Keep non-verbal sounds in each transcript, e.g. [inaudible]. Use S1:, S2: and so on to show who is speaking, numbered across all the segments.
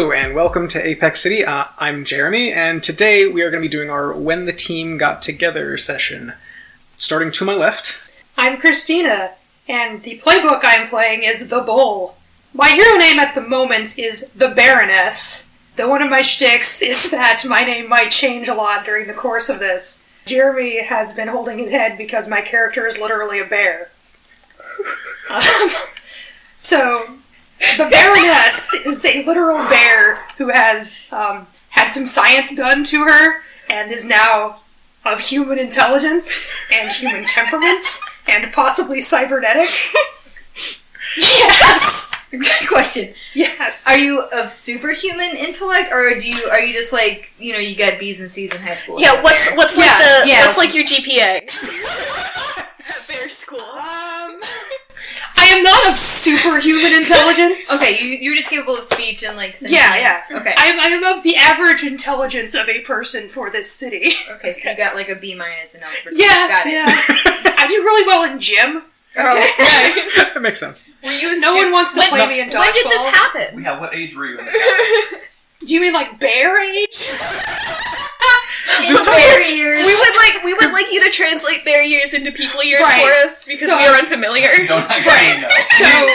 S1: welcome to Apex City. Uh, I'm Jeremy, and today we are going to be doing our When the Team Got Together session. Starting to my left, [laughs]
S2: I'm Christina, and the playbook I'm playing is The Bull. My hero name at the moment is The Baroness, though one of my shticks is [laughs] that my name might change a lot during the course of this. Jeremy has been holding his head because my character is literally a bear. Um, so, the Baroness is a literal bear who has um, had some science done to her and is now of human intelligence and
S3: [laughs]
S2: human temperament and possibly cybernetic. yes!
S3: [laughs] Question:
S2: Yes.
S3: Are you of superhuman intellect, or do you are you just like you know you got B's and C's in high school?
S4: Yeah, what's what's like
S2: Yeah,
S4: the
S3: yeah.
S4: what's like your GPA? At Bear School.
S2: um, I am not of superhuman intelligence.
S3: Okay, you you're just capable of speech and like sentience.
S2: Yeah, yeah.
S3: Okay,
S2: I am, I am of the average intelligence of a person for this city.
S3: okay, so you got like a B minus in algebra.
S2: [laughs] yeah,
S3: got it.
S2: yeah. I do really well in gym.
S3: Okay.
S1: that makes sense.
S4: Were you
S2: No one wants to
S4: When-
S2: play me in dodgeball.
S3: when did this happen?
S5: Yeah, what age were you in
S2: Do you mean like bear age?
S3: In the
S4: talking-
S3: bear years.
S4: We would like we would like you to translate bear years into people years
S2: Right.
S4: for us because
S2: So
S4: we are unfamiliar.
S5: Don't actually know.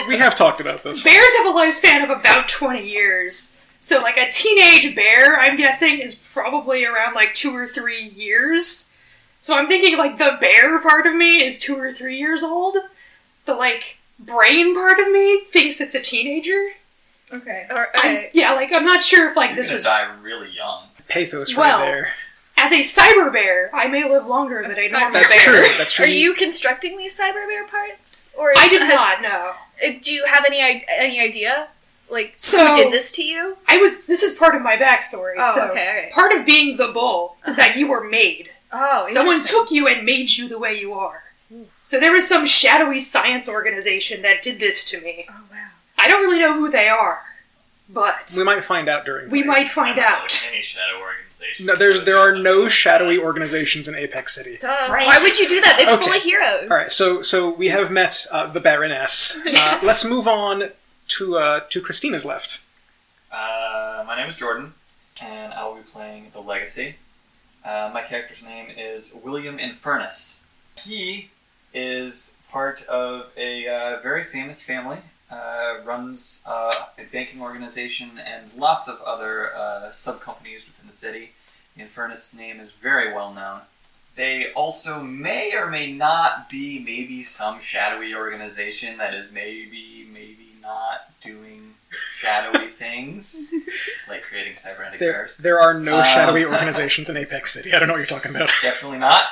S2: So
S1: We have talked about this.
S2: bears have a lifespan of about 20 years. So, like, a teenage bear, I'm guessing, is probably around like two or three years. So, I'm thinking, like, the bear part of me is two or three years old. The, like, brain part of me thinks it's a teenager.
S3: okay.
S4: Or-
S2: I'm-
S4: okay.
S2: yeah, like, I'm not sure if, like,
S5: You're
S2: this
S5: gonna
S2: was.
S5: die really young.
S1: Pathos
S2: Well,
S1: right there.
S2: As a cyber bear, I may live longer than
S4: A
S2: a normal
S4: cyber-
S1: That's
S2: bear.
S1: true. That's true.
S4: Are you constructing these cyber bear parts, or
S2: I
S4: is-
S2: did not know.
S4: uh, Do you have any i- any idea like
S2: So-
S4: who did this to you?
S2: I was. This is part of my backstory.
S4: Oh,
S2: so,
S4: okay, all right.
S2: part of being the bull is that you were made.
S4: Oh,
S2: Someone
S4: interesting.
S2: took you and made you the way you are. So there was some shadowy science organization that did this to me.
S4: Oh wow.
S2: I don't really know who they are, but
S1: We might find out during.
S2: we
S1: play.
S2: might find
S5: I don't know
S2: out.
S5: Any shadow organization.
S1: No, there's there are no shadowy organizations in Apex City.
S4: Duh.
S2: Right.
S4: Why would you do that? It's full
S1: Okay.
S4: of heroes.
S1: All right, so so we have met uh, the Baroness. Uh,
S4: Yes.
S1: Let's move on to uh, to Christina's left.
S5: Uh, my name is Jordan, and I will be playing the Legacy. Uh, my character's name is William Infernus. He is part of a uh, very famous family. Uh, runs uh, a banking organization and lots of other uh, sub companies within the city. The Infernus name is very well known. They also may or may not be maybe some shadowy organization that is maybe, maybe not doing shadowy things, like creating cybernetic
S1: There,
S5: bears.
S1: there are no
S5: Um.
S1: shadowy organizations in Apex City. I don't know what you're talking about.
S5: Definitely not.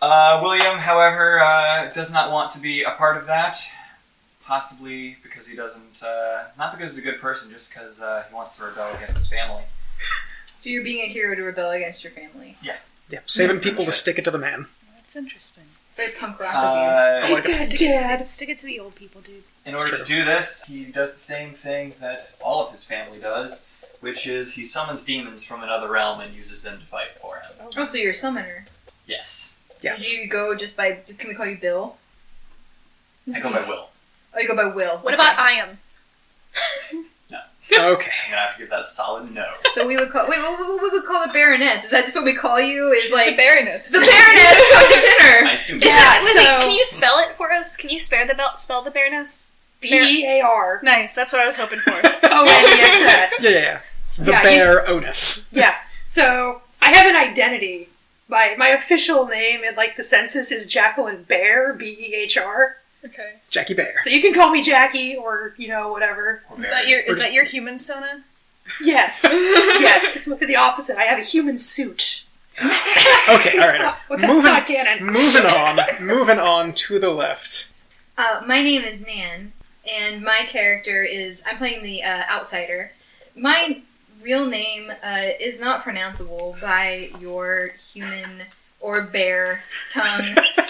S5: Uh, William, however, uh, does not want to be a part of that. Possibly because he doesn't, uh, not because he's a good person, just because uh, he wants to rebel against his family.
S3: So you're being a hero to rebel against your family.
S1: Yeah, saving
S5: That's
S1: people to
S5: bullshit.
S1: stick it to the man.
S6: That's interesting.
S3: Very punk rock of you.
S5: Uh,
S1: like it.
S6: stick, it to
S2: Dad.
S6: the, stick it to the old people, dude.
S5: In
S1: It's
S5: order
S1: true.
S5: to do this, he does the same thing that all of his family does, which is he summons demons from another realm and uses them to fight for him.
S3: Oh, so you're a summoner.
S5: Yes.
S1: Yes.
S3: Do you go just by? Can we call you Bill?
S5: I go by Will.
S3: Oh, you go by Will.
S4: What about I am?
S1: Okay.
S5: I'm gonna have to give that a solid no.
S3: So we would call. Wait, what, what, what we would call the Baroness? Is that just what we call you? Is
S4: She's
S3: like
S4: the Baroness.
S3: the Baroness come to dinner.
S5: I assume
S4: Is
S2: Yeah,
S4: it, wait, wait,
S2: so-
S4: can you spell it for us? Can you spare the bel- spell the Baroness?
S2: B A R
S4: Nice, that's what I was hoping for.
S2: O N E S
S1: [laughs] Yeah,
S2: S.
S1: yeah, yeah. The
S2: Yeah, you-
S1: bear Onus.
S2: Yeah. So I have an identity. My my official name in like the census is Jacqueline Bear B E H R.
S4: okay.
S1: Jackie
S3: [laughs]
S1: Bear.
S2: So you can call me Jackie or you know whatever.
S5: Or
S4: Is
S5: Mary.
S4: that your
S1: We're
S4: is
S1: just-
S4: that your human sona?
S2: Yes, yes. It's the opposite. I have a human suit.
S1: Okay, all right. All
S2: Well,
S1: right.
S2: that's
S1: moving,
S2: not canon.
S1: moving on. Moving on to the left.
S3: [laughs]
S1: [laughs]
S3: Uh, my name is Nan, and my character is I'm playing the uh, outsider. My real name uh, is not pronounceable by your human or bear tongue. [laughs]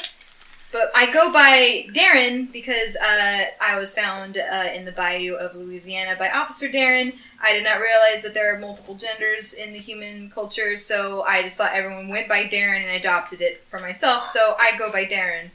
S3: But I go by Darren because uh, I was found uh, in the bayou of Louisiana by Officer Darren. I did not realize that there are multiple genders in the human culture, so I just thought everyone went by Darren and adopted it for myself, so I go by Darren.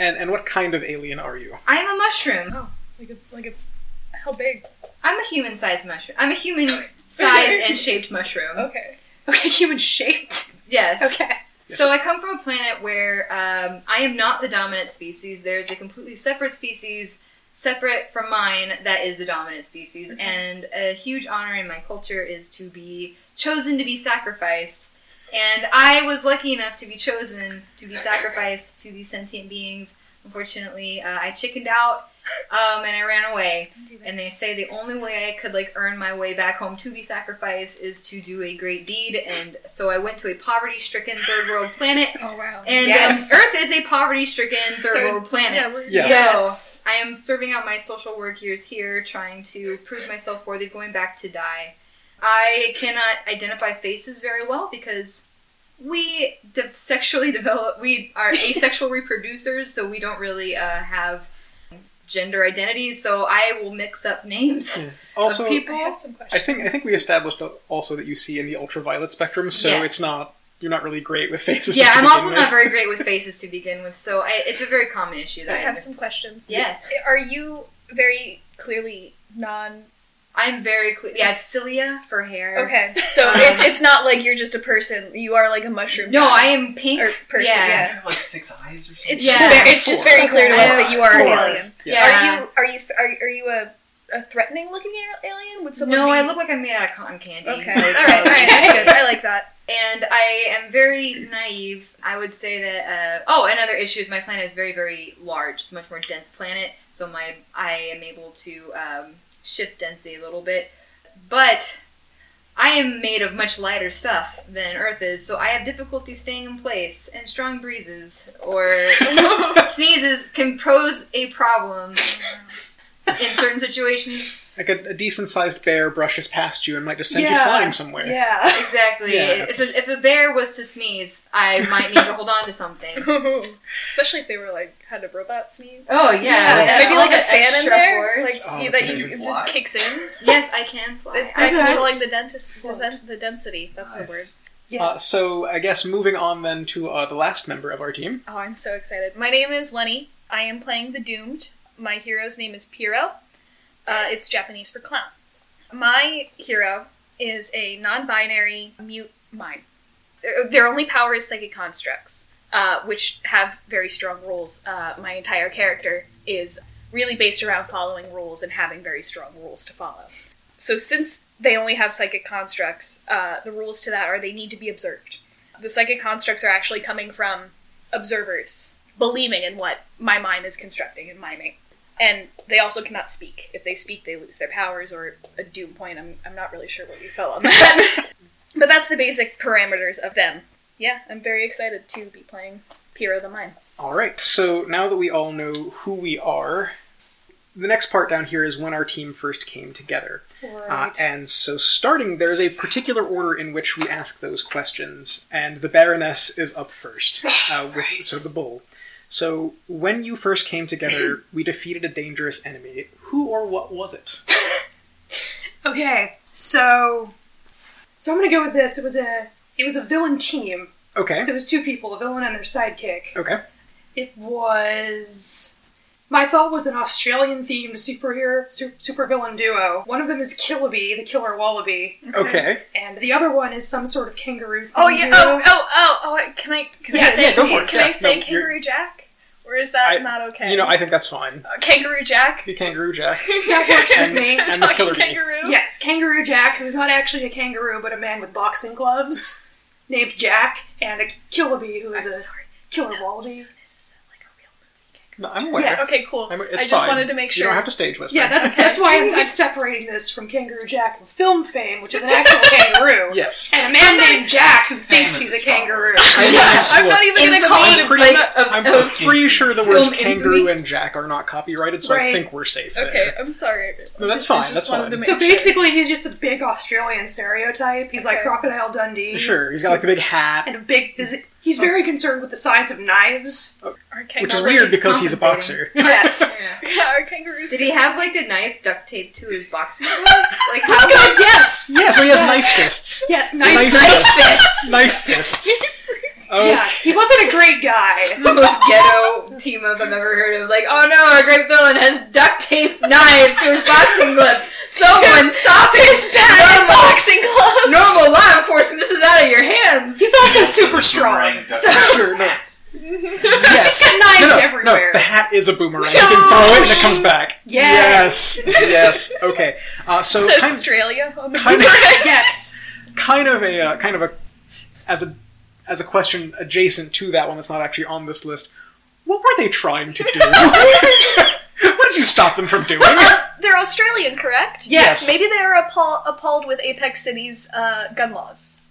S1: And and what kind of alien are you?
S3: I am a mushroom.
S4: Like a like a how big?
S3: I'm a human-sized mushroom. I'm a human-sized and shaped mushroom.
S4: Okay.
S2: [laughs] Okay, human shaped.
S3: Yes.
S2: Okay.
S3: So I come from a planet where um, I am not the dominant species. There is a completely separate species, separate from mine, that is the dominant species. And a huge honor in my culture is to be chosen to be sacrificed. And I was lucky enough to be chosen to be sacrificed to these sentient beings. Unfortunately, uh, I chickened out um, and I ran away. And they say the only way I could like earn my way back home to be sacrificed is to do a great deed. And so I went to a poverty-stricken third world planet.
S4: Oh wow.
S3: And
S2: Yes.
S3: um, Earth is a poverty-stricken third
S4: Third-
S3: world planet.
S4: Yeah, we're
S1: Yes.
S2: Yes.
S3: So I am serving out my social work years here, trying to prove myself worthy of going back to die. I cannot identify faces very well because we de- sexually [laughs] develop. We are asexual reproducers, so we don't really uh, have gender identities. So I will mix up names
S1: Also,
S3: of
S4: I
S3: people.
S4: have some
S1: I
S4: questions.
S1: think I think we established also that you see in the ultraviolet spectrum, so
S3: Yes.
S1: it's not you're not really great with faces.
S3: Yeah,
S1: to
S3: I'm
S1: begin
S3: also
S1: with.
S3: not very great with faces to begin with, so I, it's a very common issue
S4: I
S3: that I
S4: have
S3: miss-
S4: some questions.
S3: Yes,
S4: Are you very clearly non?
S3: I'm very clear. Yeah, it's cilia for hair.
S4: Okay. So
S3: Um,
S4: it's it's not like you're just a person. You are like a mushroom.
S3: No,
S4: guy.
S3: I am pink.
S4: Or person,
S5: You
S4: yeah.
S5: have like six eyes or something.
S4: It's
S3: Yeah.
S4: just very, it's just very clear to us that you are an
S1: Four
S4: alien.
S1: eyes.
S3: Yeah.
S1: Yes.
S4: Are you are you th- are, are you a, a threatening looking a- alien? Would someone?
S3: No,
S4: be-
S3: I look like I'm made out of cotton candy.
S4: Okay.
S3: Like,
S4: all right. All right. That's good. I like [laughs] that.
S3: And I am very naive. I would say that. Uh, oh, another issue is my planet is very, very large. It's a much more dense planet, so my I am able to um, shift density a little bit. But I am made of much lighter stuff than Earth is, so I have difficulty staying in place. And strong breezes
S4: [laughs]
S3: or sneezes can pose a problem in certain situations.
S1: [laughs] like a, a decent sized bear brushes past you and might just send you
S2: Yeah.
S1: flying somewhere.
S2: Yeah.
S3: Exactly.
S1: Yeah,
S3: If-
S1: it's-
S3: if a bear was to sneeze, I might need to hold on to something.
S4: Oh. Especially if they were like had a robot sneeze.
S3: Oh yeah,
S2: Yeah,
S3: That-
S4: maybe
S3: all
S4: like a
S3: that
S4: fan in
S3: extra
S4: there,
S3: force.
S1: Oh,
S4: like you-
S1: that's
S4: that you
S5: amazing.
S4: just
S5: Why?
S4: kicks in.
S3: yes, I can fly.
S4: I'm
S2: Okay.
S4: controlling the dentist,
S2: Float.
S4: desen- the density. That's the
S5: Nice.
S4: word.
S1: Uh, so I guess moving on then to uh, the last member of our team.
S4: Oh, I'm so excited. My name is Lenny. I am playing the Doomed. My hero's name is Piro. Uh, it's Japanese for clown. My hero is a non binary mute mime. Their- Their only power is psychic constructs, uh, which have very strong rules. Uh, my entire character is really based around following rules and having very strong rules to follow. So, since they only have psychic constructs, uh, the rules to that are they need to be observed. The psychic constructs are actually coming from observers believing in what my mind is constructing and miming. And they also cannot speak. If they speak, they lose their powers or a doom point. I'm, I'm not really sure where we fell on [laughs] that. but that's the basic parameters of them. Yeah, I'm very excited to be playing Piro the Mime.
S1: All right. So now that we all know who we are, the next part down here is when our team first came together. Uh, and so, starting, there's a particular order in which we ask those questions, and the Baroness is up
S4: [laughs]
S1: first, uh, with, so the bull. So, when you first came
S4: [clears throat]
S1: together, we defeated a dangerous enemy. Who or what was it?
S2: Okay. So. So I'm gonna go with this. It was a. It was a villain team.
S1: Okay.
S2: So it was two people, a villain and their sidekick.
S4: [laughs]
S1: Okay.
S2: It was. My thought was an Australian themed superhero, su- supervillain duo. One of them is Killaby, the killer wallaby,
S1: Okay.
S2: and the other one is some sort of kangaroo.
S4: Oh,
S2: themed
S4: yeah.
S2: hero.
S4: Oh, oh, oh, oh. Can I, can
S2: Yes,
S4: I say,
S2: yeah, go for it.
S4: Can I
S1: Yeah,
S4: say
S1: no, you're-
S4: Kangaroo Jack? Or is that
S1: I-
S4: not okay?
S1: You know, I think that's fine.
S4: Uh, kangaroo Jack?
S1: [laughs] You kangaroo
S4: [laughs]
S1: Jack.
S2: That works with
S1: And-
S2: me.
S1: and the
S4: Talking
S1: killer bee.
S4: kangaroo?
S2: Yes, Kangaroo Jack, who's not actually a kangaroo but a man with boxing gloves named Jack, and a Killaby, who is
S3: Oh,
S2: a
S4: I'm sorry.
S2: killer wallaby.
S4: This isn't like a real movie.
S1: No, I'm aware.
S2: Yeah,
S4: okay, cool.
S1: I'm- it's
S4: I just
S1: fine.
S4: wanted to make
S1: You
S4: sure.
S1: don't have to stage whisper. [laughs]
S2: Yeah, that's
S4: Okay.
S2: that's why I'm, I'm separating this from Kangaroo Jack of film fame, which is an actual kangaroo,
S1: Yes.
S2: and a man named Jack who thinks
S5: Famous
S2: he's a
S5: as fuck.
S2: kangaroo.
S1: I-
S4: I'm
S1: look,
S4: not even going
S3: Infamy.
S4: to call it
S1: I'm
S4: a
S1: pretty-
S4: like, a-
S1: I'm
S5: of
S1: pretty sure the words
S3: film infamy.
S1: kangaroo and Jack are not copyrighted, so I
S2: Right.
S1: think we're safe.
S4: Okay,
S1: there.
S4: I'm sorry. everyone.
S1: No, that's
S4: Just-
S1: fine,
S4: I just
S1: that's
S4: wanted
S1: fine.
S4: To make
S2: So
S4: sure.
S2: basically, he's just a big Australian stereotype. He's like
S4: Okay.
S2: Crocodile Dundee,
S1: Sure. He's got like the big hat,
S2: and a big. is- He's very concerned with the size of knives.
S4: our
S1: which is
S3: Sounds like
S1: weird
S3: he's
S1: because he's a boxer.
S3: compensating.
S2: Yes.
S1: [laughs]
S3: Yeah.
S4: [laughs] Yeah, our kangaroos.
S3: Did he have like a knife duct taped to his boxing [laughs] gloves? Like how?
S2: God, yes.
S1: Yeah, so he has
S2: Yes.
S1: knife fists.
S2: Yes,
S1: Knife
S2: knife.
S1: fists. Knife fists. Oh,
S2: Yeah, he wasn't a great guy.
S3: the most ghetto team up I've ever heard of. Like, oh no, our great villain has duct taped knives to his boxing gloves. Someone stop his bad boxing gloves. Normal law enforcement, this is out of your hands.
S2: He's also super strong. So
S1: Sure, no.
S2: he's
S1: Yes.
S2: just got
S1: No,
S2: knives
S1: no,
S2: everywhere.
S1: No, the hat is a boomerang. You can throw it and it comes back.
S2: Yes.
S1: Yes. yes. Okay. Uh, so
S4: Says
S1: kind,
S4: Australia on the
S1: kind of,
S2: yes.
S1: kind of a uh, kind of a as a as a question adjacent to that one that's not actually on this list. What were they trying to
S4: [laughs]
S1: do? what did you stop them from doing?
S4: [laughs] They're Australian, correct?
S2: Yes.
S4: Maybe they're appall- appalled with Apex City's uh,
S1: [laughs]
S4: gun laws.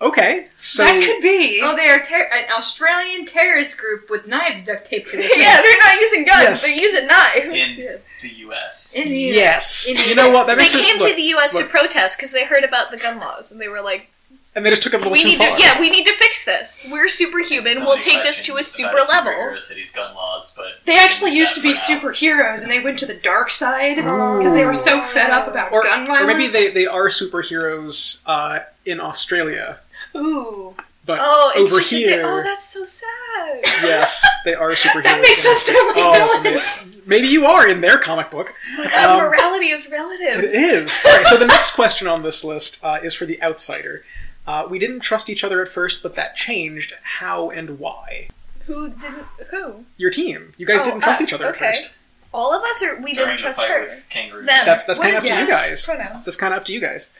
S1: Okay, so
S2: that could be.
S3: Oh, they are ter- an Australian terrorist group with knives duct taped to
S4: [laughs]
S3: their
S4: yeah,
S3: hands.
S4: they're not using guns.
S1: Yes.
S4: They're using knives.
S5: in the U.S.
S3: In the-
S1: yes,
S3: in the
S1: you know what? That
S4: They
S1: makes
S4: came
S1: it, look,
S4: to the U.S.
S1: look.
S4: to protest because they heard about the gun laws, and they were like,
S1: and they just took it a little
S4: "We
S1: too
S4: need
S1: far.
S4: to, yeah, we need to fix this. We're superhuman.
S5: So
S4: we'll
S5: many
S4: take this to a
S5: questions
S4: super
S5: about
S4: level."
S5: superhero cities gun laws, but
S2: They actually used to
S5: that
S2: be
S5: for now.
S2: superheroes, and they went to the dark side because they were so fed up about
S1: Or,
S2: gun
S1: or
S2: violence.
S1: maybe they, they are superheroes uh, in Australia,
S2: Ooh,
S1: but
S4: Oh, it's
S1: over
S4: just
S1: here, Um,
S4: a di- oh, that's so sad.
S1: yes, they
S4: [laughs]
S1: are superheroes.
S2: that makes
S1: in
S2: us sound like
S1: Oh,
S2: villains.
S1: it's amazing. maybe you are in their comic book.
S4: God,
S1: Um,
S4: morality is
S1: It
S4: relative.
S1: is. All right, so the next question on this list uh, is for the outsider. Uh, we didn't trust each other at first, but that changed. How and why?
S4: Who didn't? Who?
S1: Your team. You guys
S4: Oh,
S1: didn't trust
S4: us,
S1: each other
S4: okay.
S1: at first.
S4: All of us, or we didn't
S5: during the
S4: trust
S5: fight
S4: her.
S5: with kangaroos.
S4: Them.
S1: That's that's
S4: What
S1: kind of
S4: is
S1: up to you
S4: yes?
S1: guys.
S4: Pronouns.
S1: That's kind of up to you guys.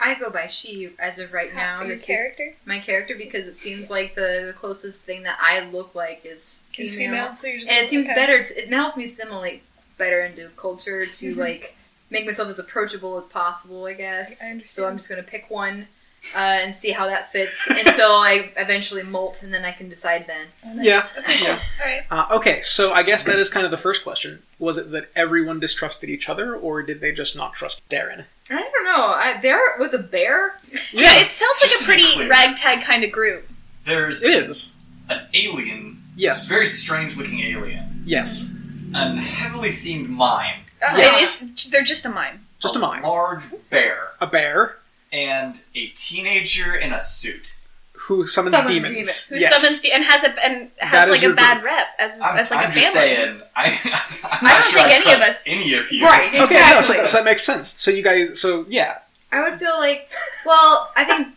S3: I go by she as of right now.
S4: Your
S3: Just be-
S4: character
S3: my character because it seems like the, the closest thing that I look like is female.
S4: is female, so you just
S3: And it seems
S4: okay.
S3: better. To, it helps me assimilate better into culture to like make myself as approachable as possible. I guess.
S4: I- I understand.
S3: So I'm just gonna pick one uh, and see how that fits until I eventually molt, and then I can decide then.
S1: Yeah. yeah.
S4: All right.
S1: Uh, okay, so I guess that is kind of the first question. Was it that everyone distrusted each other, or did they just not trust Darren?
S3: I don't know. I, there with a bear.
S4: Yeah, it sounds like
S5: Just
S4: a
S5: to be
S4: pretty
S5: clear.
S4: ragtag kind of group.
S5: There's
S1: It is.
S5: an alien,
S1: Yes.
S5: very strange looking alien,
S1: yes.
S5: an heavily themed mime,
S3: Uh-huh.
S4: Uh,
S1: Yes.
S4: It is. They're just a mime.
S1: Just a mime.
S5: large bear,
S1: A bear
S5: and a teenager in a suit.
S1: who summons,
S2: Summons
S1: demons.
S2: demons.
S4: Who
S1: Yes.
S4: summons de- and has a and
S1: That
S4: has
S1: is
S4: like
S1: your
S4: a bad
S1: group.
S4: rep as
S5: I'm,
S4: as like
S5: I'm
S4: a
S5: just
S4: family.
S5: saying, I, [laughs] I'm
S4: I
S5: not
S4: don't
S5: sure
S4: think any of
S5: trust
S4: us-
S5: any of you.
S2: [laughs] right?
S1: Okay, no, so,
S2: Exactly.
S1: that- so that makes sense. So you guys, so yeah,
S3: I would feel like. Well, I think.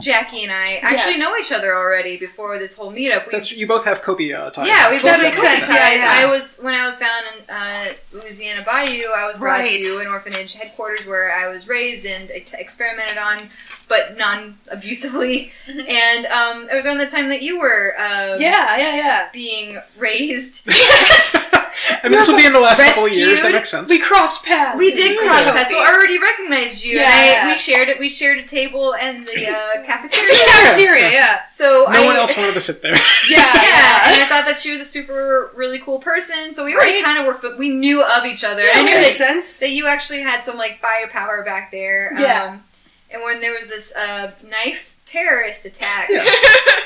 S3: Jackie and I actually
S2: Yes.
S3: know each other already before this whole meetup. We
S1: that's you both have copia ties.
S3: Yeah,
S1: actually,
S3: we both
S1: so
S3: make
S2: makes
S1: that
S2: sense,
S1: [laughs]
S3: sense. Guys.
S2: yeah, yeah.
S3: I was when I was found in uh, Louisiana Bayou. I was brought
S2: Right.
S3: to an orphanage headquarters where I was raised and ex- experimented on, but non-abusively. and um, it was around the time that you were uh,
S2: Mm-hmm. yeah, yeah, yeah.
S3: being raised.
S2: Yes,
S1: I mean, this would be in the last couple of years. That
S3: Rescued.
S1: makes sense.
S2: we crossed paths.
S3: We did cross
S2: Yeah.
S3: paths, so I already recognized you. And I,
S2: Yeah.
S3: we shared it. We shared a table and the
S2: [laughs]
S3: uh, cafeteria.
S2: Cafeteria,
S3: [laughs]
S2: yeah,
S3: So
S1: no
S3: I,
S1: one else wanted to sit there. [laughs]
S2: yeah,
S3: Yeah,
S2: yeah.
S3: and I thought that she was a super, really cool person. So we already
S2: Right.
S3: kind of were, fa- we knew of each other. I
S2: That
S3: knew
S2: makes
S3: that
S2: sense.
S3: So you actually had some like firepower back there.
S2: Yeah.
S3: Um, and when there was this uh, knife terrorist attack,
S1: Yeah.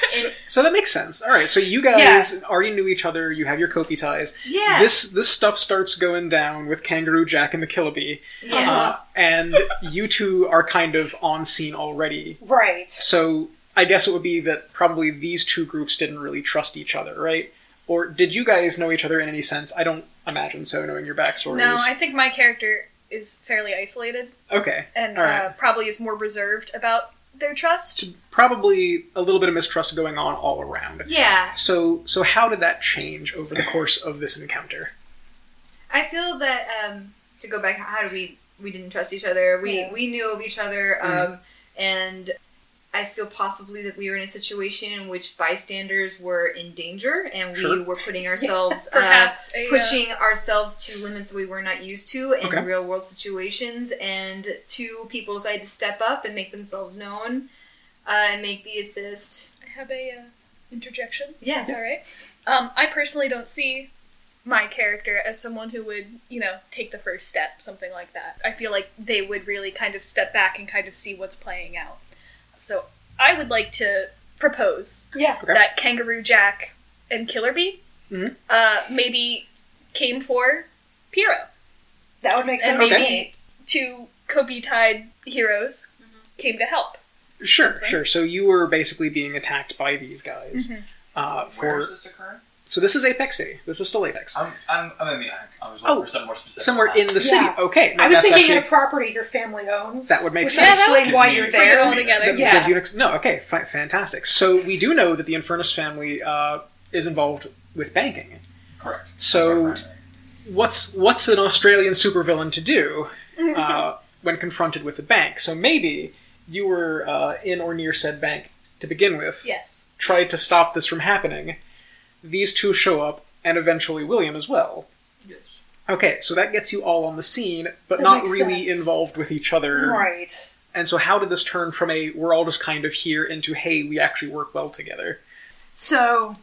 S1: so, so that makes sense. All right, so you guys already knew each other. You have your copia ties.
S3: yeah,
S1: This this stuff starts going down with Kangaroo Jack and the Killaby,
S3: yes.
S2: Uh-huh.
S1: uh, and you two are kind of on scene already.
S2: Right.
S1: So I guess it would be that probably these two groups didn't really trust each other, right? Or did you guys know each other in any sense? I don't imagine so, knowing your backstories.
S4: No, I think my character is fairly isolated
S1: Okay.
S4: and
S1: All right.
S4: uh, probably is more reserved about their trust.
S1: probably a little bit of mistrust going on all around.
S3: yeah,
S1: So, so how did that change over the course of this encounter?
S3: I feel that um, to go back, how do we we didn't trust each other? We
S4: Yeah.
S3: we knew of each other, um, and I feel possibly that we were in a situation in which bystanders were in danger, and we
S1: Sure.
S3: were putting ourselves uh,
S4: Perhaps a, uh,
S3: pushing ourselves to limits that we were not used to in
S1: Okay.
S3: real world situations, and two people decide to step up and make themselves known uh, and make the assist.
S4: I have a uh, interjection.
S3: Yeah.
S4: That's all right. Um, I personally don't see my character as someone who would, you know, take the first step, something like that. I feel like they would really kind of step back and kind of see what's playing out. So I would like to propose
S2: Yeah.
S1: Okay.
S4: that Kangaroo Jack and Killer Bee
S1: Mhm.
S4: uh, maybe came for Piero
S2: That would make
S4: and
S2: sense
S1: Okay.
S2: to me.
S4: maybe two Kobe tied heroes came to help.
S2: Mm-hmm.
S1: Sure, sure. So you were basically being attacked by these guys uh,
S5: Where
S1: for
S5: is this occurring?
S1: So this is Apex City. This is still
S2: Uh,
S1: Apex.
S5: I'm, I'm, I'm a maniac. I was looking
S1: Oh,
S5: for something more specific.
S1: Somewhere
S5: than
S1: in
S5: that.
S1: the city.
S2: Yeah.
S1: Okay. no,
S2: I was
S1: that's
S2: thinking
S1: actually-
S2: of a property your family owns.
S1: That would make
S2: which
S1: sense.
S2: Would explain
S5: Gives
S2: why
S5: me-
S2: you're
S4: Bring it
S2: there.
S4: all together.
S1: That,
S2: Yeah.
S1: that Unix- no, okay, fi- fantastic. So we do know that the Infernus family uh, is involved with banking.
S5: Correct.
S1: So-
S5: That's our primary.
S1: What's what's an Australian supervillain to
S2: [laughs]
S1: do uh, when confronted with a bank? So maybe you were uh, in or near said bank to begin with.
S4: Yes.
S1: Tried to stop this from happening. These two show up, and eventually William as well.
S5: Yes.
S1: Okay, so that gets you all on the scene, but
S2: That
S1: not
S2: makes
S1: really
S2: sense.
S1: involved with each other.
S2: Right.
S1: And so, how did this turn from a we're all just kind of here into hey, we actually work well together?
S2: So,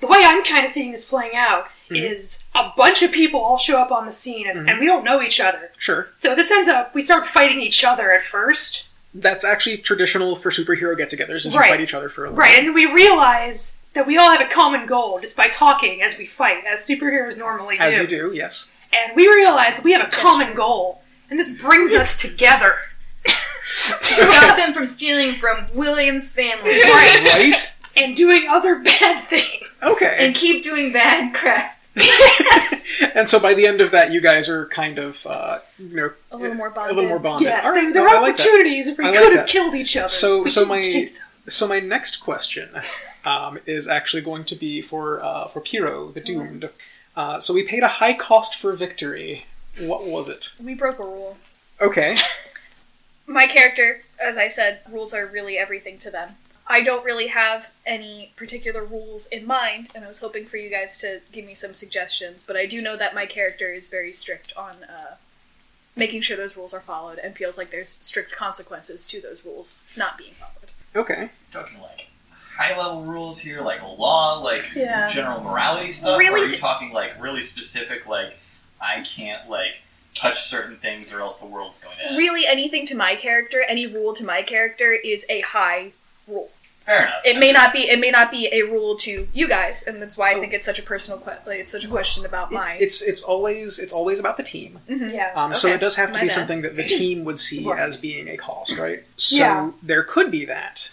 S2: the way I'm kind of seeing this playing out
S1: Mm-hmm.
S2: is a bunch of people all show up on the scene and, and we don't know each other.
S1: Sure.
S2: So, this ends up, we start fighting each other at first.
S1: That's actually traditional for superhero get togethers, is
S2: Right.
S1: you fight each other for a little
S2: Right, and then we realize that we all have a common goal just by talking as we fight, as superheroes normally do.
S1: As you do, yes.
S2: And we realize we have a common goal, and this brings us together.
S3: Stop them from stealing from William's family.
S1: right?
S2: and doing other bad things.
S1: [laughs] Okay.
S3: And keep doing bad crap.
S1: And so by the end of that, you guys are kind of, uh, you know,
S4: A little more
S1: a
S4: bonded.
S1: little more bonded.
S2: Yes,
S1: All right,
S2: there, there
S1: no, I
S2: were
S1: like that.
S2: opportunities if we
S1: I like
S2: could have
S1: that.
S2: killed each other.
S1: So,
S2: We
S1: so
S2: didn't
S1: my
S2: take
S1: so my next question um, is actually going to be for uh, for Piro the Doomed. Uh, so we paid a high cost for victory. What was it?
S4: We broke a rule.
S1: Okay,
S4: my character, as I said, rules are really everything to them. I don't really have any particular rules in mind, and I was hoping for you guys to give me some suggestions, but I do know that my character is very strict on uh, making sure those rules are followed and feels like there's strict consequences to those rules not being followed.
S1: okay.
S5: Talking like high level rules here, like law, like
S4: Yeah.
S5: general morality stuff.
S4: Really
S5: Or are you
S4: t-
S5: talking like really specific, like I can't like touch certain things or else the world's going to end?
S4: Really, anything to my character, any rule to my character, is a high rule.
S5: Fair enough.
S4: It
S5: I'm
S4: may
S5: just-
S4: not be. It may not be a rule to you guys, and that's why I think it's such a personal. Que- like, it's such a question about
S1: Oh. It-
S4: my.
S1: it's it's always it's always about the team.
S2: them. Yeah.
S1: Um, So
S4: Okay.
S1: it does have to
S4: My
S1: be
S4: bad.
S1: something that the team would see
S2: Right.
S1: as being a cost, right? So
S2: Yeah.
S1: there could be that.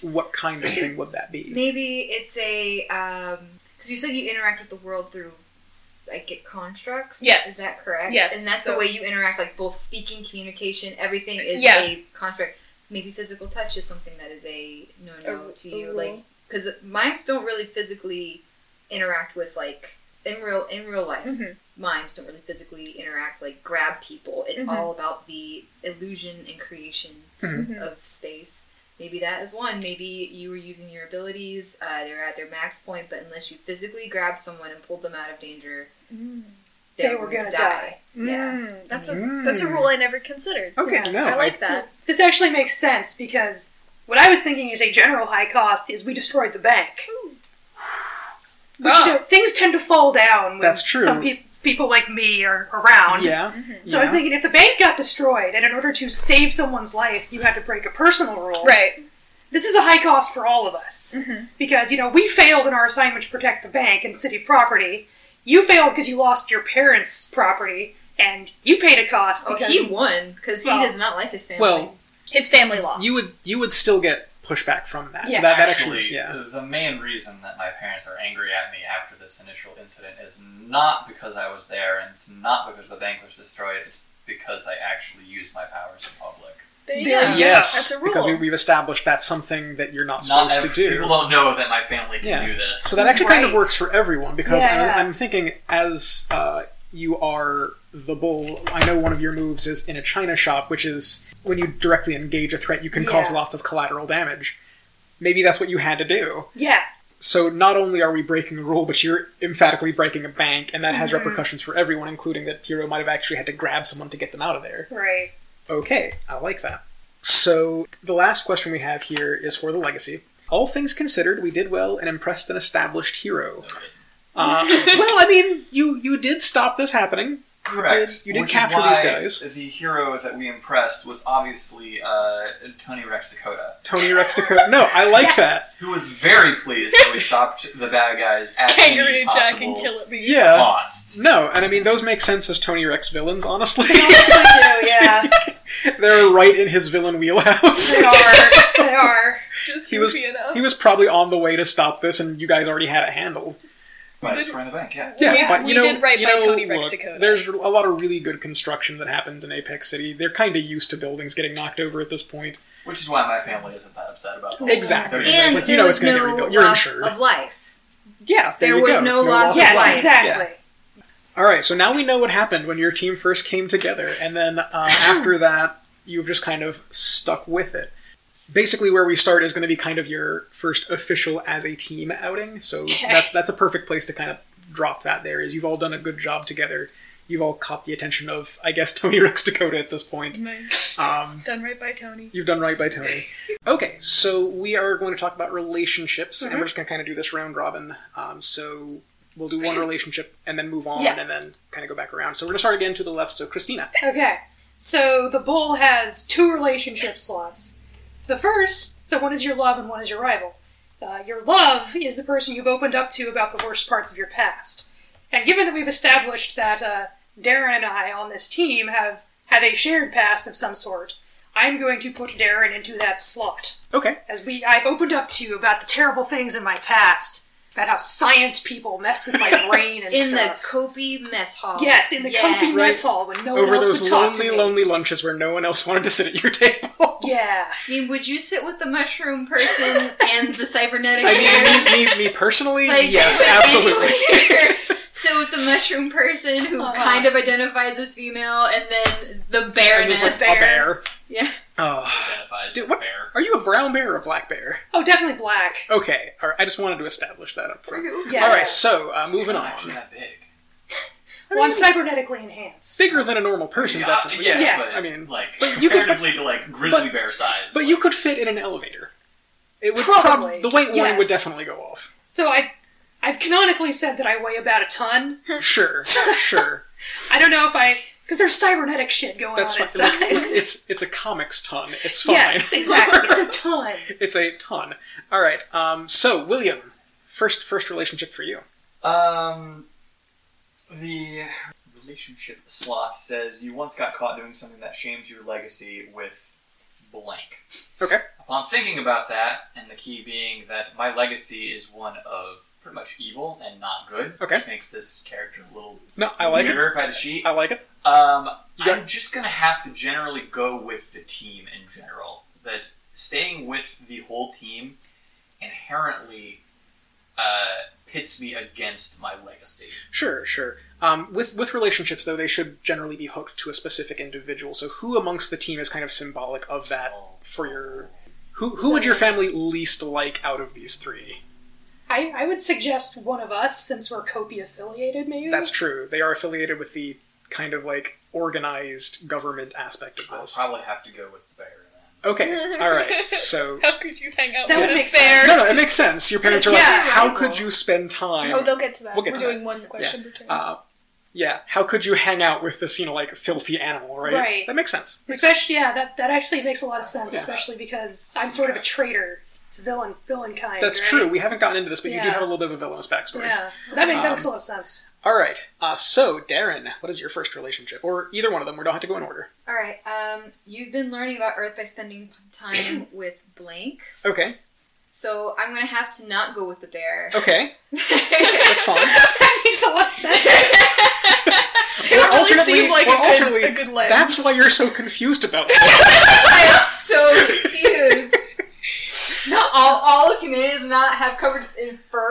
S1: What kind of thing would that be?
S3: Maybe it's a because you said you interact with the world through psychic constructs.
S4: Yes.
S3: is that correct?
S4: Yes,
S3: and that's
S4: so-
S3: the way you interact, like both speaking, communication, everything is
S4: Yeah.
S3: a construct. Maybe physical touch is something that is a no no
S4: A-
S3: to
S4: a
S3: you,
S4: rule.
S3: like because mimes don't really physically interact with like in real in real life.
S4: Mhm.
S3: Mimes don't really physically interact, like grab people. It's
S4: Mhm.
S2: Mm-hmm.
S3: all about the illusion and creation
S1: Mm-hmm.
S3: of space. Maybe that is one. Maybe you were using your abilities, uh, they were at their max point, but unless you physically grabbed someone and pulled them out of danger,
S2: Mm. They were
S3: going to
S2: gonna
S3: die. Yeah.
S4: Mm, that's a that's a rule I never considered.
S1: Okay,
S2: Yeah,
S1: no,
S4: I like
S1: I-
S4: that.
S2: This actually makes sense because what I was thinking is a general high cost is we destroyed
S1: [sighs]
S2: the bank. Which, you know, things tend to fall down when
S1: That's true.
S2: some peop people like me are around.
S1: Yeah.
S4: Mm-hmm.
S2: So I was
S1: yeah.
S2: thinking if the bank got destroyed and in order to save someone's life you had to break a personal rule.
S4: right.
S2: this is a high cost for all of us
S1: Mm-hmm.
S2: because you know we failed in our assignment to protect the bank and city property you failed because you lost your parents property and you paid a cost
S3: Oh,
S2: because [laughs]
S3: he won because
S2: Well-
S3: he does not like his family.
S1: Well,
S4: His family lost.
S1: you would you would still get pushback from that.
S2: Yeah.
S1: So that, that
S5: actually, uh,
S1: actually yeah.
S5: the main reason that my parents are angry at me after this initial incident is not because I was there, and it's not because the bank was destroyed. It's because I actually used my powers in public.
S4: There you
S2: Yeah.
S4: go.
S1: Yes,
S4: That's a rule.
S1: because we, we've established that's something that you're not
S5: Not
S1: supposed
S5: ev-
S1: to do.
S5: People don't know that my family can
S1: Yeah.
S5: do this.
S1: So that actually kind of
S2: Right.
S1: works for everyone because
S2: Yeah,
S1: I,
S2: yeah.
S1: I'm thinking as uh, you are the bull, I know one of your moves is in a china shop, which is when you directly engage a threat, you can cause
S2: Yeah.
S1: lots of collateral damage. Maybe that's what you had to do.
S2: yeah
S1: So not only are we breaking a rule, but you're emphatically breaking a bank, and that has
S2: Mm-hmm.
S1: repercussions for everyone, including that Piero might have actually had to grab someone to get them out of there.
S2: right
S1: Okay, I like that. So, the last question we have here is for the legacy. All things considered, we did well and impressed an established
S5: [laughs]
S1: hero. Uh, well, I mean, you you did stop this happening.
S5: Correct.
S1: did- you did
S5: Which
S1: capture
S5: is why
S1: these guys.
S5: The hero that we impressed was obviously uh, Tony Rex Dakota,
S1: Tony Rex Dakota. No, I like that.
S5: who was very pleased
S1: [laughs]
S5: that we stopped the bad guys at any
S4: Kangaroo Jack
S5: possible
S4: and kill it. me.
S1: Yeah.
S5: cost.
S1: No, and I mean those make sense as Tony Rex villains. Honestly,
S2: Honestly, do, yeah
S1: [laughs] they're right in his villain
S2: [laughs]
S1: wheelhouse. [laughs]
S2: they are they are
S4: Just
S1: He was-
S4: goofy enough.
S1: He was probably on the way to stop this, and you guys already had it handled.
S5: By
S4: did-
S5: destroying the bank, yeah.
S1: Yeah,
S4: Yeah,
S1: but you
S4: we
S1: know,
S4: did right
S1: you
S4: by
S1: know,
S4: Tony Rex
S1: look,
S4: Dakota.
S1: There's a lot of really good construction that happens in Apex City. They're kind of used to buildings getting knocked over at this point.
S5: Which is why my family isn't that upset about the whole
S1: Exactly.
S5: thirty
S1: It's
S3: And
S5: days.
S1: like, you know
S3: there
S1: it's
S3: was
S1: gonna get
S3: no
S1: rebuilt. You're
S3: loss
S1: insured.
S3: of life.
S1: Yeah, there,
S3: There
S1: you
S3: was
S1: go.
S3: no loss of
S1: of
S2: Yes,
S1: life.
S3: Why?
S2: exactly.
S1: All right, so now we know what happened when your team first came together, and then uh, after that, you've just kind of stuck with it. Basically, where we start is going to be kind of your first official as a team outing. So that's that's a perfect place to kind of drop that. There is you've all done a good job together. You've all caught the attention of, I guess, [laughs] Tony Rex Dakota at this point. Um,
S4: Done right by Tony.
S1: You've done right by
S2: [laughs]
S1: Tony. Okay, so we are going to talk about relationships,
S2: Mm-hmm.
S1: and we're just going to kind of do this round robin. Um, so we'll do
S2: [laughs]
S1: one relationship and then move on,
S3: Yeah.
S1: and then kind of go back around. So we're going to start again to the left. So Christina,
S2: Okay, so the bull has two relationship slots. The first, so one is your love and one is your rival. Uh, your love is the person you've opened up to about the worst parts of your past. And given that we've established that uh, Darren and I on this team have, have a shared past of some sort, I'm going to put Darren into that slot.
S1: okay,
S2: As we, I've opened up to you about the terrible things in my past, about how science people messed with
S3: [laughs]
S2: my brain and
S3: In the
S2: stuff.
S3: Kopi mess hall.
S2: yes, in the
S3: yeah.
S2: comfy mess
S1: Right.
S2: hall when no
S1: over
S2: one else
S1: those
S2: would talk
S1: lonely,
S2: to me.
S1: lonely lunches where no one else wanted to sit at your table.
S2: [laughs] Yeah.
S3: I mean, would you sit with the mushroom person
S2: [laughs]
S3: and the cybernetic?
S1: I
S3: bear?
S1: mean, me, me, me personally,
S3: Like,
S1: yes,
S2: [laughs]
S3: with
S1: absolutely.
S3: anyone. so with the mushroom person who
S2: Uh-huh.
S3: kind of identifies as female, and then the
S1: I'm
S3: baroness.
S1: just like a bear.
S3: Yeah.
S1: Oh.
S5: identifies
S1: Dude,
S5: as
S1: what-
S5: bear.
S1: Are you a brown bear or a black bear?
S2: Oh, definitely black.
S1: Okay, all right. I just wanted to establish that up front.
S2: Yeah.
S1: All right, so uh, moving
S5: I'm
S1: on.
S5: actually that big.
S1: I
S2: Well, I'm
S1: mean,
S2: cybernetically enhanced.
S1: bigger than a normal person,
S5: Yeah,
S1: definitely.
S5: Yeah,
S2: Yeah.
S5: But,
S1: I mean,
S5: like
S1: but you could-
S5: comparatively to like grizzly
S1: but-
S5: bear size.
S1: But
S5: like,
S1: you could fit in an elevator. It would
S2: Probably,
S1: probably the weight warning would
S2: yes.
S1: definitely go off.
S2: So I, I've canonically said that I weigh about a ton.
S1: Sure, sure.
S2: I don't know if I, because there's cybernetic shit going
S1: That's [laughs]
S2: on
S1: fine. Like,
S2: inside.
S1: it's it's a comics ton. It's fine.
S2: [laughs] yes, exactly. It's a ton.
S1: [laughs] it's a ton. All right. Um. So William, first first relationship for you.
S5: Um, the relationship slot says you once got caught doing something that shames your legacy with blank.
S1: Okay.
S5: Upon thinking about that, and the key being that my legacy is one of pretty much evil and not good,
S1: Okay.
S5: which makes this character a little
S1: No, I like it.
S5: weirder by the sheet.
S1: I like it.
S5: Um,
S1: You got-
S5: I'm just gonna have to generally go with the team in general. That staying with the whole team inherently uh, pits me against my legacy.
S1: Sure, sure. Um, with with relationships though, they should generally be hooked to a specific individual. So who amongst the team is kind of symbolic of that for your who who would your family least like out of these three?
S2: I, I would suggest one of us, since we're Kopi affiliated, maybe.
S1: That's true. They are affiliated with the kind of like organized government aspect of
S5: I'll
S1: this.
S5: probably have to go with the bear then.
S1: Okay, all right.
S4: [laughs]
S1: So
S4: How could you hang out
S2: That
S4: with
S2: would
S4: this
S2: make
S4: bear?
S2: sense.
S1: no, no, it makes sense. Your parents are like,
S4: Yeah.
S1: how could you spend time?
S4: No, Oh, they'll get to that.
S1: We'll
S4: we
S1: get
S4: are
S1: to
S4: doing one question per turn.
S1: uh, [laughs] yeah, how could you hang out with this, you know, like filthy animal, right?
S2: Right.
S1: That makes sense.
S2: Especially, yeah, that, that actually makes a lot of sense,
S1: Yeah.
S2: especially because I'm sort of a traitor. It's villain, villain kind.
S1: That's
S2: right?
S1: true. We haven't gotten into this, but you do
S2: Yeah.
S1: have a little bit of a villainous backstory.
S2: Yeah, so that, make, that
S1: Um,
S2: makes a lot of sense.
S1: All right. Uh, so, Darren, what is your first relationship? Or either one of them. We don't have to go in order.
S3: All right. Um, you've been learning about Earth by spending [coughs] time with blank.
S1: Okay.
S3: So I'm gonna have to not go with the bear. [laughs]
S1: Okay. That's fine.
S2: that makes a lot of
S4: [laughs]
S2: sense.
S1: Or
S6: really
S1: alternately,
S6: seemed like
S1: or
S6: a good-
S1: alternately,
S6: a good lens.
S1: that's why you're so confused about this.
S3: I'm so confused. [laughs] Not all, all of humanity does not have covered in fur.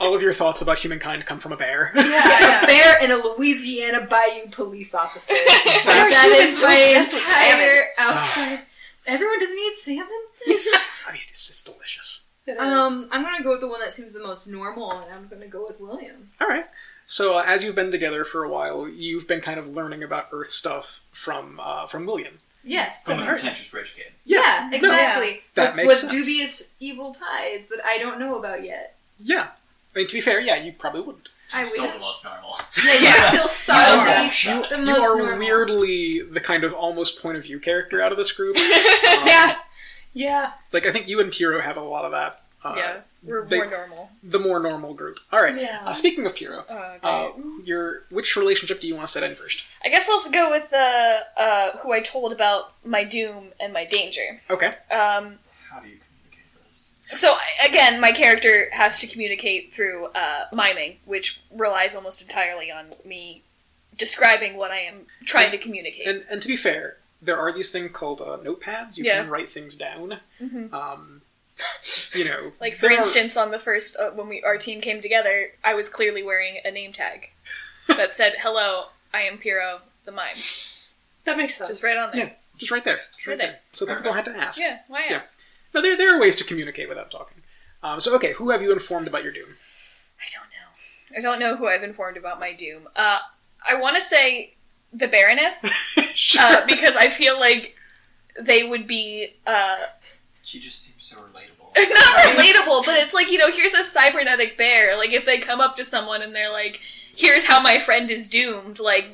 S1: All of your thoughts about humankind come from a bear.
S3: A bear and a Louisiana bayou police [laughs] officer. that
S2: humans
S3: is
S2: so
S3: my
S2: obsessed with
S3: entire
S2: salmon?
S3: outside. Everyone doesn't eat
S1: [laughs]
S3: salmon.
S1: I mean, it's, it's delicious.
S2: It is.
S3: Um, I'm gonna go with the one that seems the most normal, and I'm gonna go with William.
S1: All right. So, uh, as you've been together for a while, you've been kind of learning about Earth stuff from uh, from William.
S3: Yes.
S5: From a pretentious rich kid.
S3: Yeah, exactly.
S1: Um, That
S3: with,
S1: makes
S3: with
S1: sense.
S3: dubious evil ties that I don't know about yet.
S1: Yeah. I mean, to be fair, yeah, you probably wouldn't.
S3: I would.
S5: Still the most normal.
S3: Yeah, you're still
S5: are.
S3: solidly
S5: You-
S3: the
S1: You
S3: most
S1: are
S3: normal.
S1: weirdly the kind of almost point of view character out of this group.
S2: yeah, yeah,
S1: like, I think you and Piero have a lot of that. Uh,
S4: yeah, we're
S1: they-
S4: more normal.
S1: the more normal group. All right.
S2: Yeah.
S1: Uh, speaking of Piero,
S4: Uh,
S1: uh,
S4: great.
S1: your which relationship do you want to set in first?
S4: I guess I'll also go with the uh, who I told about my doom and my danger.
S1: Okay.
S4: Um,
S5: How do you communicate this?
S4: So I- again, my character has to communicate through uh, miming, which relies almost entirely on me describing what I am trying to communicate.
S1: And and to be fair, there are these things called uh, notepads. You
S4: Yeah. Mm-hmm.
S1: can write things down. Um, you know,
S4: [laughs] like for
S1: there are-
S4: instance, on the first uh, when we our team came together, I was clearly wearing a name tag
S1: [laughs]
S4: that said "Hello, I am Piero the Mime," just
S2: That makes sense.
S4: right on there.
S1: yeah, just right there, just
S4: Right
S1: right
S4: there.
S1: there. So people don't have to ask.
S4: Yeah, why
S1: Yeah.
S4: ask?
S1: No, there there are ways to communicate without talking. Um, so okay, who have you informed about your
S4: [laughs]
S1: doom?
S4: I don't know. I don't know who I've informed about my doom. Uh, I want to say the Baroness
S1: sure. [laughs]
S4: uh, because I feel like they would be. Uh,
S5: She just seems so relatable.
S4: not relatable, but [laughs] it's like, you know, here's a cybernetic bear. Like, if they come up to someone and they're like, here's how my friend is doomed, like,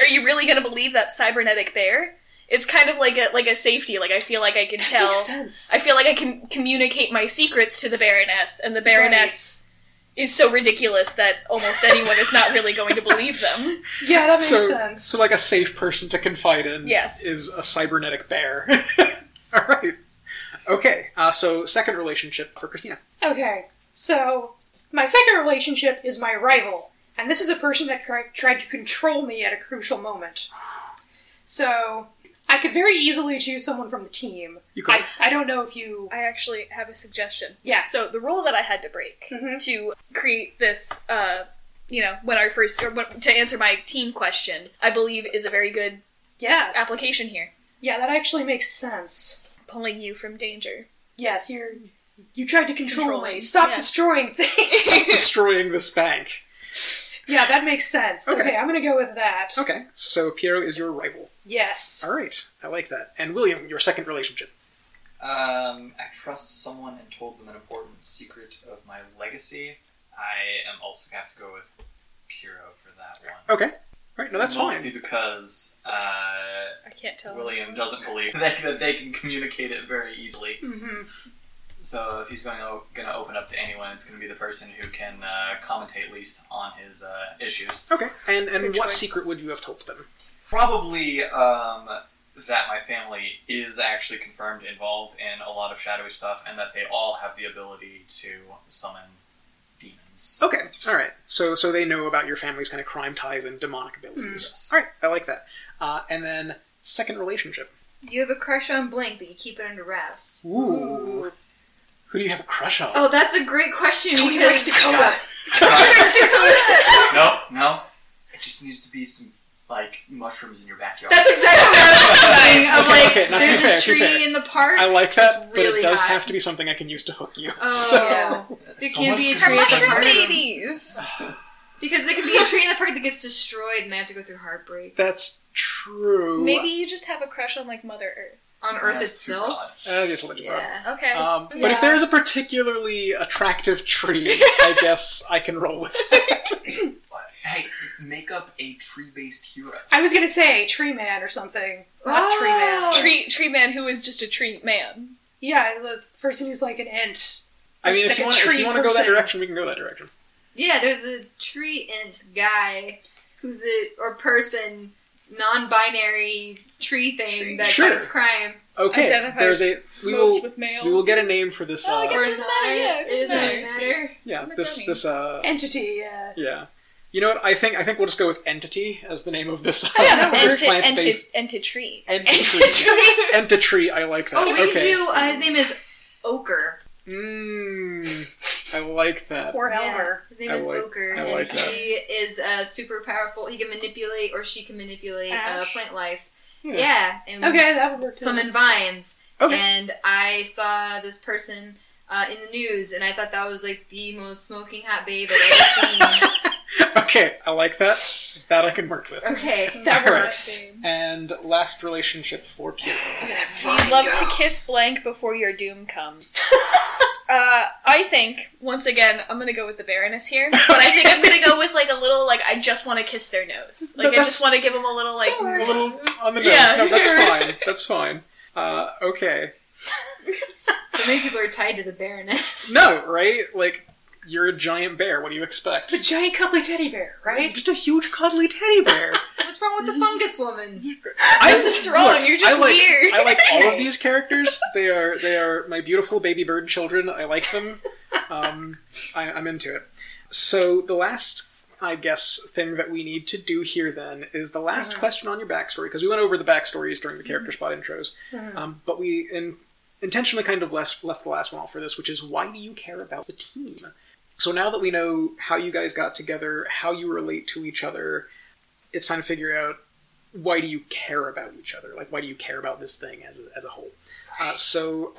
S4: are you really going to believe that cybernetic bear? It's kind of like a like a safety. Like I feel like I can tell.
S2: Makes sense.
S4: I feel like I can communicate my secrets to the Baroness, and the Baroness is so ridiculous that almost anyone is not really going to believe them.
S2: yeah, that makes
S1: so,
S2: sense.
S1: so like a safe person to confide in
S4: Yes.
S1: is a cybernetic bear. [laughs] All right. Okay. Uh, so second relationship for
S4: [laughs]
S1: Christina.
S2: Okay, so my second relationship is my rival, and this is a person that tri- tried to control me at a crucial moment. So I could very easily choose someone from the team.
S1: You could.
S2: I, I don't know if you.
S4: [laughs] I actually have a suggestion.
S2: Yeah.
S4: So the rule that I had to break
S2: Mhm.
S4: to create this, uh, you know, when our first or when, to answer my team question, I believe is a very good
S2: Yeah,
S4: application here.
S2: yeah, that actually makes sense.
S4: Pulling you from danger.
S2: Yes, you're. You tried to control,
S4: Control
S2: me.
S4: me,
S2: Stop
S4: yeah.
S2: destroying
S4: [laughs]
S2: things.
S1: Destroying this bank.
S2: yeah, that makes sense.
S1: Okay.
S2: Okay. I'm gonna go with that.
S1: Okay. So Piero is your rival.
S2: Yes.
S1: All right. I like that. And William, your second relationship.
S5: Um, I trust someone and told them an important secret of my legacy. I am also going to have to go with Piro for that one.
S1: Okay. All right. No, that's
S5: Mostly
S1: fine.
S5: because uh,
S4: I can't tell.
S5: William doesn't believe [laughs] that, that they can communicate it very easily.
S2: hmm
S5: So if he's going to, going to open up to anyone, it's going to be the person who can uh, commentate least on his uh, issues.
S1: Okay. And and
S4: Good
S1: what
S4: choice.
S1: secret would you have told them?
S5: Probably um, that my family is actually confirmed involved in a lot of shadowy stuff, and that they all have the ability to summon demons.
S1: Okay. All right. So so they know about your family's kind of crime ties and demonic abilities.
S5: Yes.
S1: All right. I like that. Uh, and then second relationship.
S3: You have a crush on blank, but you keep it under wraps.
S1: Ooh. Who do you have a crush on?
S3: Oh, that's a great question.
S2: Tony
S3: because-
S2: Rex
S3: [laughs]
S2: Dakota.
S1: [laughs]
S5: no, no. It just needs to be some like mushrooms in your backyard.
S3: That's exactly what I
S1: [laughs]
S3: was thinking.
S4: Nice.
S3: I'm
S1: Okay,
S3: like,
S1: okay, not to be
S3: there's
S1: fair,
S3: a
S1: to be
S3: tree
S1: fair.
S3: in the park.
S1: I like that,
S3: It's
S1: but it
S3: really
S1: does
S3: hot.
S1: have to be something I can use to hook you. [laughs]
S3: Oh,
S1: So-
S3: there
S5: Someone's
S3: can't be a
S5: gonna
S3: tree at the
S5: Mushroom
S3: park.
S4: babies.
S3: Because there can be a tree in the park that gets destroyed, and I have to go through heartbreak
S1: That's true.
S4: Maybe you just have a crush on like Mother Earth.
S3: on
S5: That's
S3: Earth
S5: too
S3: itself.
S5: broad.
S1: Uh, it's a little
S3: Yeah.
S4: Okay.
S1: broad. Um, But if
S2: Yeah.
S1: there is a particularly attractive tree, I guess I can roll with it.
S5: But, hey, make up a tree-based hero.
S2: I was gonna say Tree Man or something. Not Tree
S1: Ah,
S2: Man.
S3: Oh.
S4: Tree tree man who is just a tree man.
S2: Yeah, the person who's like an ent.
S1: I mean, if
S2: Like
S1: you
S2: a
S1: want, if
S2: tree
S1: you want to go that
S2: person.
S1: direction, we can go that direction.
S3: Yeah, there's a tree ant guy who's a or person, non-binary tree thing
S4: Tree.
S3: that
S1: Sure.
S3: fights crime.
S1: Okay,
S4: Identifies
S1: there's a we
S4: Most
S1: will
S4: with male.
S1: we will get a name for this.
S4: Oh, I
S1: uh,
S4: guess it doesn't matter, yeah, it doesn't
S3: doesn't
S5: matter.
S3: matter.
S1: yeah,
S4: I'm a
S1: this
S4: dummy.
S1: this uh
S2: Entity, yeah.
S1: yeah. You know what? I think I think we'll just go with entity as the name of this. Uh,
S2: yeah,
S1: [laughs]
S2: that
S1: this
S2: works.
S1: plant-based-
S4: tree.
S1: entity. Entity. I like that.
S3: Oh, we
S1: okay.
S3: can do. Uh, his name is Ochre.
S1: Mm, I like that.
S2: Or
S3: Yeah,
S2: Elmer.
S3: His name
S1: I
S3: is
S1: like-
S3: Ochre,
S1: I
S3: and
S1: like
S3: he
S1: that.
S3: is uh, super powerful. He can manipulate, or she can manipulate uh,
S4: Ash.
S3: plant life.
S1: Yeah.
S3: Yeah, and
S2: Okay, that would work. too.
S3: Mm-hmm. summon vines.
S1: Okay.
S3: And I saw this person uh, in the news, and I thought that was like the most smoking hot babe I've [laughs] ever seen.
S1: [laughs] Okay, I like that. That I can work with.
S3: Okay.
S2: That
S1: Alright.
S2: works.
S1: And last relationship for Peter.
S4: You'd love to kiss blank before your doom comes. uh, I think once again I'm gonna go with the Baroness here, but I think I'm gonna go with like a little like I just want to kiss their nose. Like
S1: No,
S4: I just
S1: that's-
S4: want to give them a little like.
S1: A little on the nose.
S4: Yeah,
S1: no, that's
S4: yours.
S1: fine. That's fine. Uh, okay.
S3: So many people are tied to the Baroness.
S1: No, right? Like, You're a giant bear. What do you expect?
S2: The giant cuddly teddy bear,
S3: Mm-hmm.
S2: right?
S1: Just a huge cuddly teddy bear.
S3: [laughs] What's wrong with the fungus woman?
S1: I,
S3: What's wrong? You're just
S1: I like,
S3: weird.
S1: I like all
S3: [laughs]
S1: of these characters. They are they are my beautiful baby bird children. I like them. Um, I, I'm into it. So the last, I guess, thing that we need to do here then is the last
S3: Uh-huh.
S1: question on your backstory because we went over the backstories during the character
S3: Mm-hmm.
S1: spot intros,
S3: Uh-huh.
S1: um, but we in, intentionally kind of left left the last one off for this, which is why do you care about the team? So now that we know how you guys got together, how you relate to each other, it's time to figure out why do you care about each other? Like, why do you care about this thing as a, as a whole? Uh, so,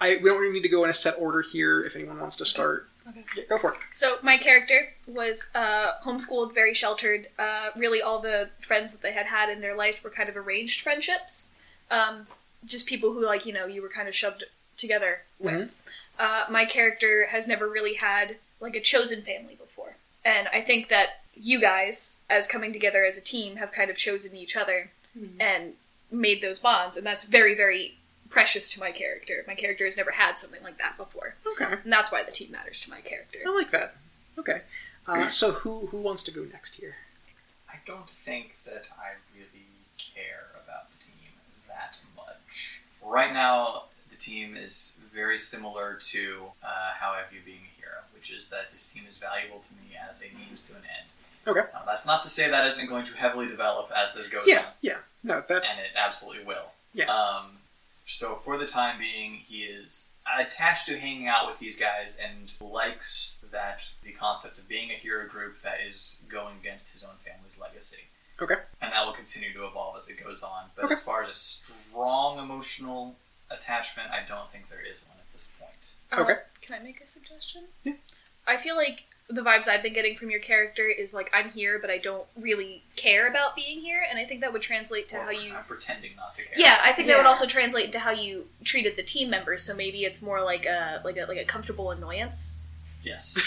S1: I we don't really need to go in a set order here. If anyone wants to start,
S4: Okay.
S1: Yeah, go for it.
S4: So my character was uh, homeschooled, very sheltered. Uh, really, all the friends that they had had in their life were kind of arranged friendships, um, just people who, like you know, you were kind of shoved together with. Uh, my character has never really had like a chosen family before, and I think that you guys, as coming together as a team, have kind of chosen each other and made those bonds, and that's very, very precious to my character. My character has never had something like that before,
S1: Okay,
S4: and that's why the team matters to my character.
S1: I like that. Okay, uh, so who who wants to go next here?
S5: I don't think that I really care about the team that much. Right now, the team is very similar to uh, how I view being a hero, which is that this team is valuable to me as a means to an end.
S1: Okay.
S5: Now, that's not to say that isn't going to heavily develop as this goes on
S1: Yeah, yeah. No, that
S5: and it absolutely will.
S1: Yeah.
S5: Um, so for the time being, he is attached to hanging out with these guys and likes that the concept of being a hero group that is going against his own family's legacy.
S1: Okay.
S5: And that will continue to evolve as it goes on. But
S1: Okay.
S5: as far as a strong emotional attachment, I don't think there is one at this point.
S1: Okay.
S4: Oh, Can I make a suggestion?
S1: Yeah.
S4: I feel like the vibes I've been getting from your character is like I'm here, but I don't really care about being here, and I think that would translate to
S5: Or
S4: how you.
S5: I'm pretending not to care.
S4: Yeah, I think that would
S3: Yeah.
S4: also translate to how you treated the team members. So maybe it's more like a like a like a comfortable annoyance.
S5: Yes.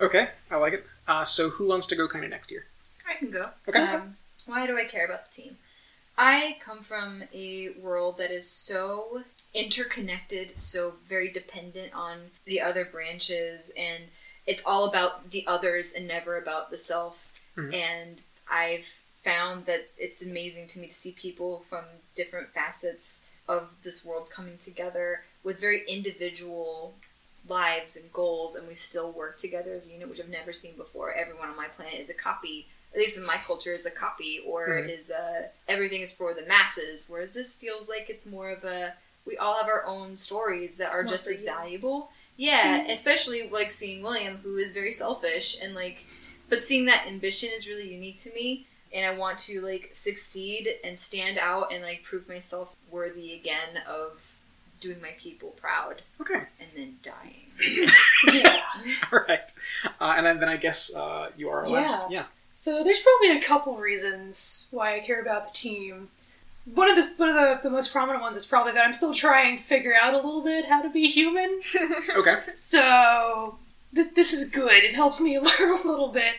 S1: Okay, I like it. Uh, so who wants to go kind of next year?
S3: I can go.
S1: Okay.
S3: Um, why do I care about the team? I come from a world that is so interconnected, so very dependent on the other branches, and it's all about the others and never about the self.
S1: Mhm.
S3: And I've found that it's amazing to me to see people from different facets of this world coming together with very individual lives and goals, and we still work together as a unit, which I've never seen before. Everyone on my planet is a copy at least in my culture, is a copy or
S4: Hmm.
S1: Mhm.
S3: is uh everything is for the masses. Whereas this feels like it's more of a we all have our own stories that are
S4: more
S3: just
S4: for
S3: as
S4: you. Hmm.
S3: valuable. Yeah, especially like seeing William, who is very selfish and like, but seeing that ambition is really unique to me, and I want to like succeed and stand out and like prove myself worthy again of doing my people proud
S1: Okay, [laughs]
S3: and then dying.
S1: all right. Uh, and then, then I guess uh, you are our
S2: Yeah.
S1: last. Yeah.
S2: So there's probably a couple reasons why I care about the team. One of the one of the, the most prominent ones is probably that I'm still trying to figure out a little bit how to be human.
S1: Okay.
S2: So th- this is good. It helps me [laughs] learn a little bit,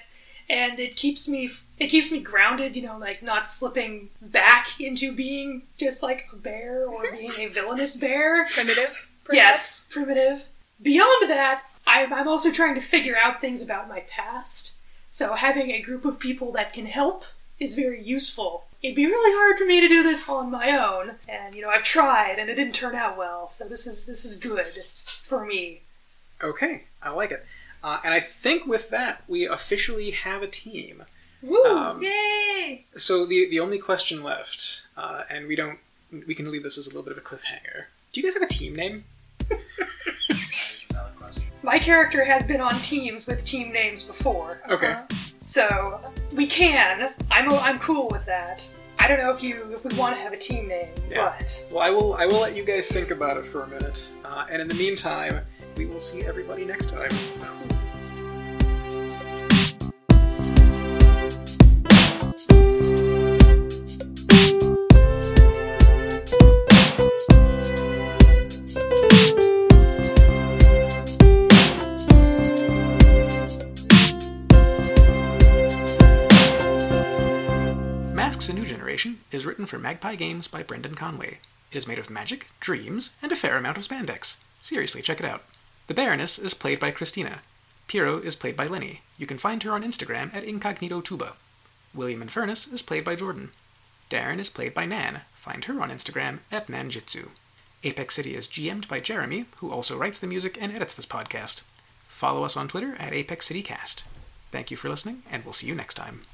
S2: and it keeps me it keeps me grounded. You know, like not slipping back into being just like a bear or being a villainous bear.
S4: Primitive.
S2: Yes, primitive. Beyond that, I'm, I'm also trying to figure out things about my past. So having a group of people that can help is very useful. It'd be really hard for me to do this on my own, and you know I've tried and it didn't turn out well. So this is this is good for me.
S1: Okay, I like it. Uh, and I think with that, we officially have a team.
S2: Woo!
S1: Um,
S3: Yay!
S1: So the the only question left, uh, and we don't we can leave this as a little bit of a cliffhanger. Do you guys have a team name?
S5: that is a valid question.
S2: my character has been on teams with team names before,
S1: Okay.
S2: so we can. I'm I'm cool with that. I don't know if you if we want to have a team name,
S1: Yeah.
S2: but.
S1: Well, I will I will let you guys think about it for a minute, uh, and in the meantime, we will see everybody next time. Masks: A New Generation is written for Magpie Games by Brendan Conway. It is made of magic, dreams, and a fair amount of spandex. Seriously, check it out. The Baroness is played by Christina. Piero is played by Lenny. You can find her on Instagram at Incognito Tuba. William Infernus is played by Jordan. Darren is played by Nan. Find her on Instagram at Nanjitsu. Apex City is GM'd by Jeremy, who also writes the music and edits this podcast. Follow us on Twitter at Apex City Cast. Thank you for listening, and we'll see you next time.